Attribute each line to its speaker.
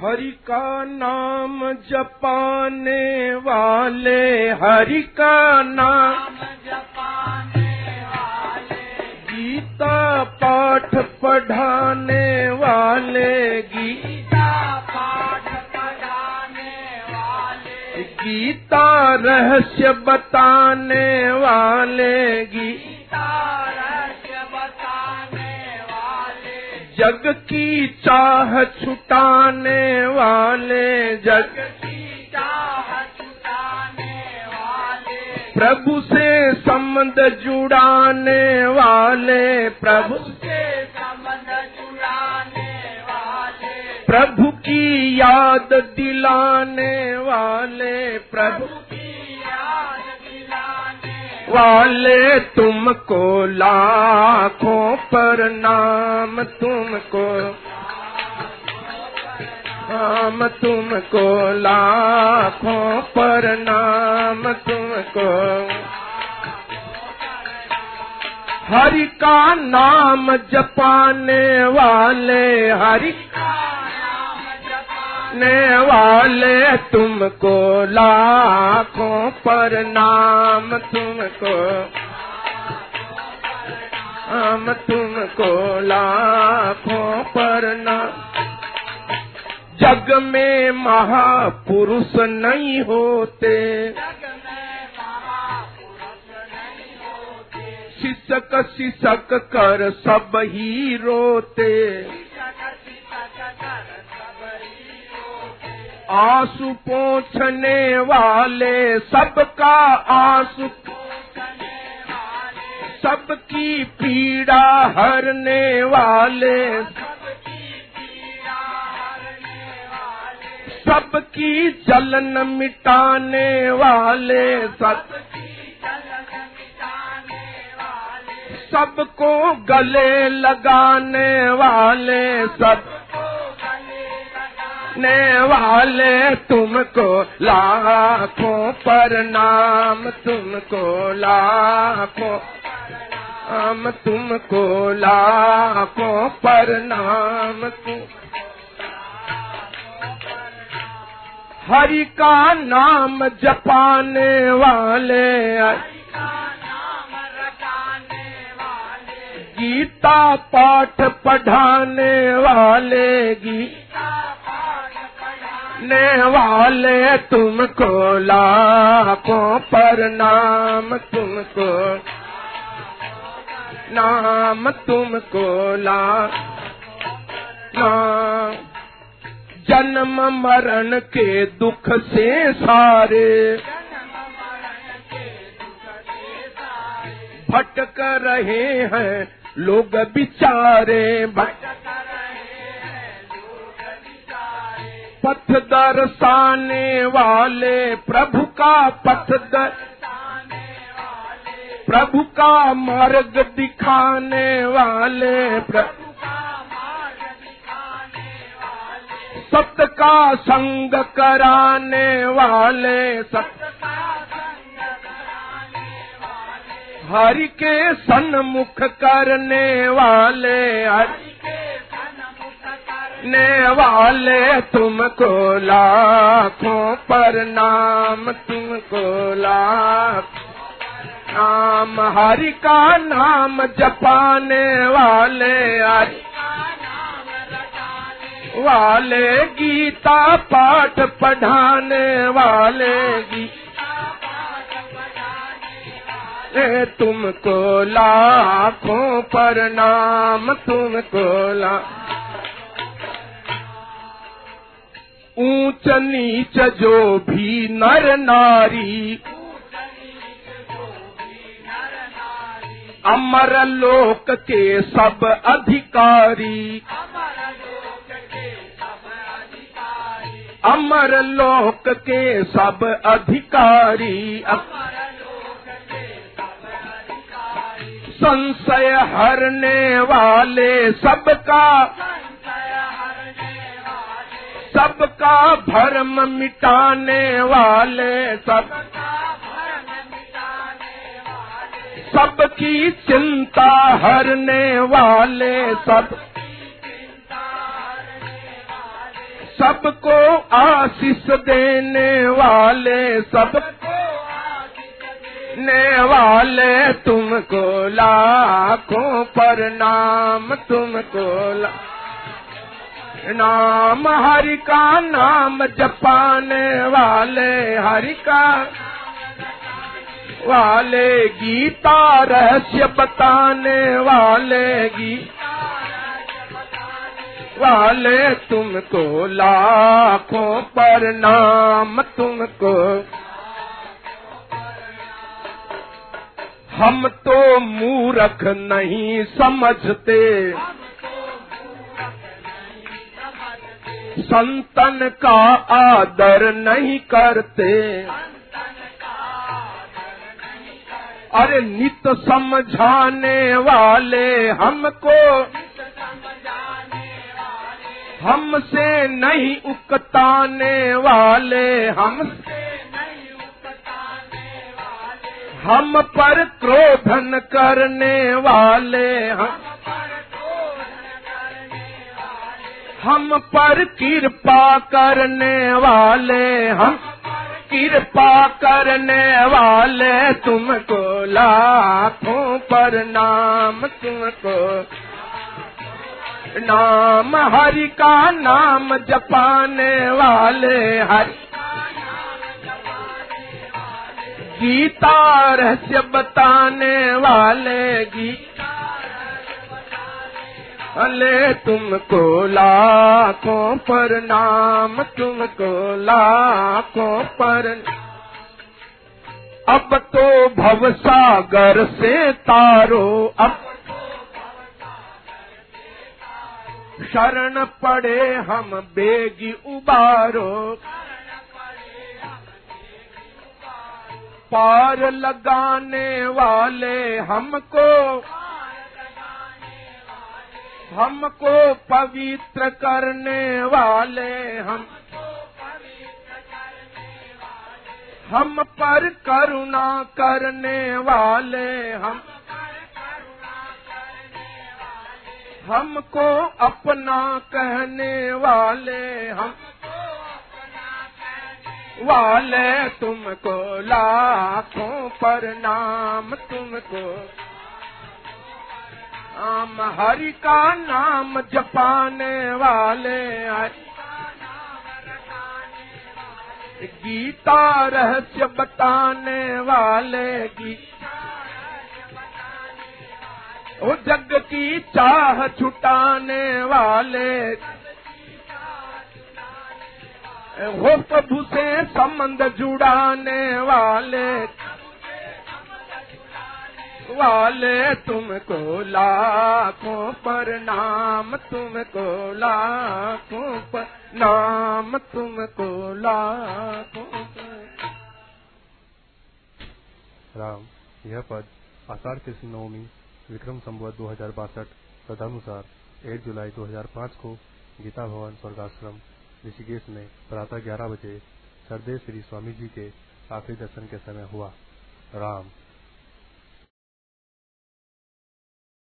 Speaker 1: हरि का नाम जपाने वाले हरि का नाम गीता पाठ पढ़ाने वाले गी- गीता रहस्य बताने वाले गी जग की चाह छुटाने वाले जग प्रभु से संबंध जुड़ाने वाले प्रभु प्रभु की याद दिलाने वाले प्रभु वाले तुमको लाखों पर नाम तुमको नाम तुमको लाखों पर नाम तुमको हरि का नाम जपाने वाले हरि ने वाले तुमको लाखों पर नाम तुमको हम तुमको लाखों पर नाम जग में महापुरुष नहीं होते सिसक सिसक कर सब ही रोते आंसू पोंछने वाले सबका आंसू सबकी पीड़ा हरने वाले सबकी जलन मिटाने वाले सब सबको गले लगाने वाले सब ने वाले तुमको लाखों पर नाम तुमको लाखों हम तुमको लाखों पर नाम तुम हरि का नाम जपाने वाले गीता पाठ पढ़ाने वाले गीने वाले तुमको लाखों पर नाम तुमको नाम तुमको ला नाम जन्म मरण के दुख से सारे भटक रहे हैं लोग बिचारे भटक पथ दर्शाने वाले प्रभु का पथ दर प्रभु का मार्ग दिखाने वाले प्रभु सत्य का संग कराने वाले सत्य हरि के सन्मुख करने वाले हरि ने वाले तुमको लाखों पर नाम तुमको लाख नाम हरि का नाम जपाने वाले हरि वाले गीता पाठ पढ़ाने वाले गीता तुमको लाखों पर नाम तुमको ला ऊंच नीच जो भी नर नारी अमर लोक के सब अधिकारी अमर लोक के सब अधिकारी संशय हरने वाले सबका सबका भरम मिटाने वाले सब सबकी चिंता हरने वाले सब सबको आशीष देने वाले सब ने वाले तुमको लाखों पर नाम तुमको ला नाम हरि का नाम जपाने वाले हरि का वाले गीता रहस्य बताने वाले गी वाले तुमको लाखों पर नाम तुमको हम तो मूर्ख नहीं समझते संतन का आदर नहीं करते अरे नित समझाने वाले हमको हमसे नहीं उकताने वाले हम हम पर क्रोधन करने वाले हम हम पर कृपा करने वाले हम कृपा करने वाले तुमको लाखों पर नाम तुमको नाम हरि का नाम जपाने वाले हरि गीता रहस्य बताने वाले गीता अले तुमको लाखों पर नाम तुमको लाखों पर अब तो भवसागर से तारो अब शरण पड़े हम बेगी उबारो पार लगाने वाले हमको हमको पवित्र करने वाले हम हम पर करुणा करने वाले हम हमको अपना कहने वाले हम वाले तुमको लाखों पर नाम तुमको आम हरि का नाम जपाने वाले हरि गीता रहस्य बताने वाले गीता वो जग की चाह छुटाने वाले हो प्रभु से संबंध जुड़ाने वाले वाले तुमको लाखों पर नाम तुमको लाखों पर नाम तुमको लाखों पर
Speaker 2: राम यह पद आषाढ़ कृष्ण नवमी विक्रम संवत दो हजार बासठ तदनुसार एक जुलाई 2005 को गीता भवन स्वर्गाश्रम ऋषिकेश में प्रातः ग्यारह बजे सरदेव श्री स्वामी जी के आखिरी दर्शन के समय हुआ राम